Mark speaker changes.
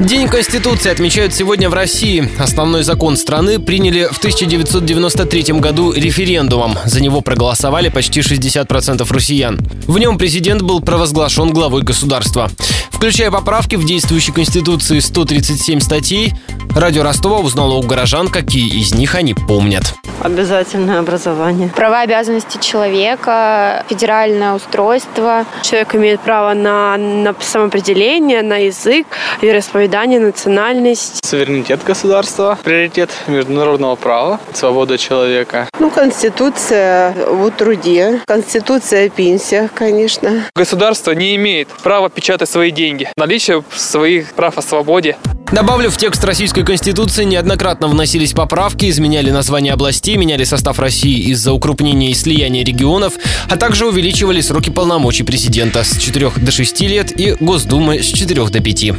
Speaker 1: День Конституции отмечают сегодня в России. Основной закон страны приняли в 1993 году референдумом. За него проголосовали почти 60% россиян. В нем президент был провозглашен главой государства. Включая поправки в действующей Конституции 137 статей, радио Ростова узнало у горожан, какие из них они помнят.
Speaker 2: Обязательное образование.
Speaker 3: Права и обязанности человека, федеральное устройство.
Speaker 4: Человек имеет право на, на самоопределение, на язык, вероисповедание, национальность.
Speaker 5: Суверенитет государства, приоритет международного права, свобода человека.
Speaker 6: Ну, Конституция в труде, Конституция о пенсиях, конечно.
Speaker 7: Государство не имеет права печатать свои деньги. Наличие своих прав о свободе.
Speaker 1: Добавлю, в текст Российской Конституции неоднократно вносились поправки, изменяли название областей, меняли состав России из-за укрупнения и слияния регионов, а также увеличивали сроки полномочий президента с 4 до 6 лет и Госдумы с 4 до 5.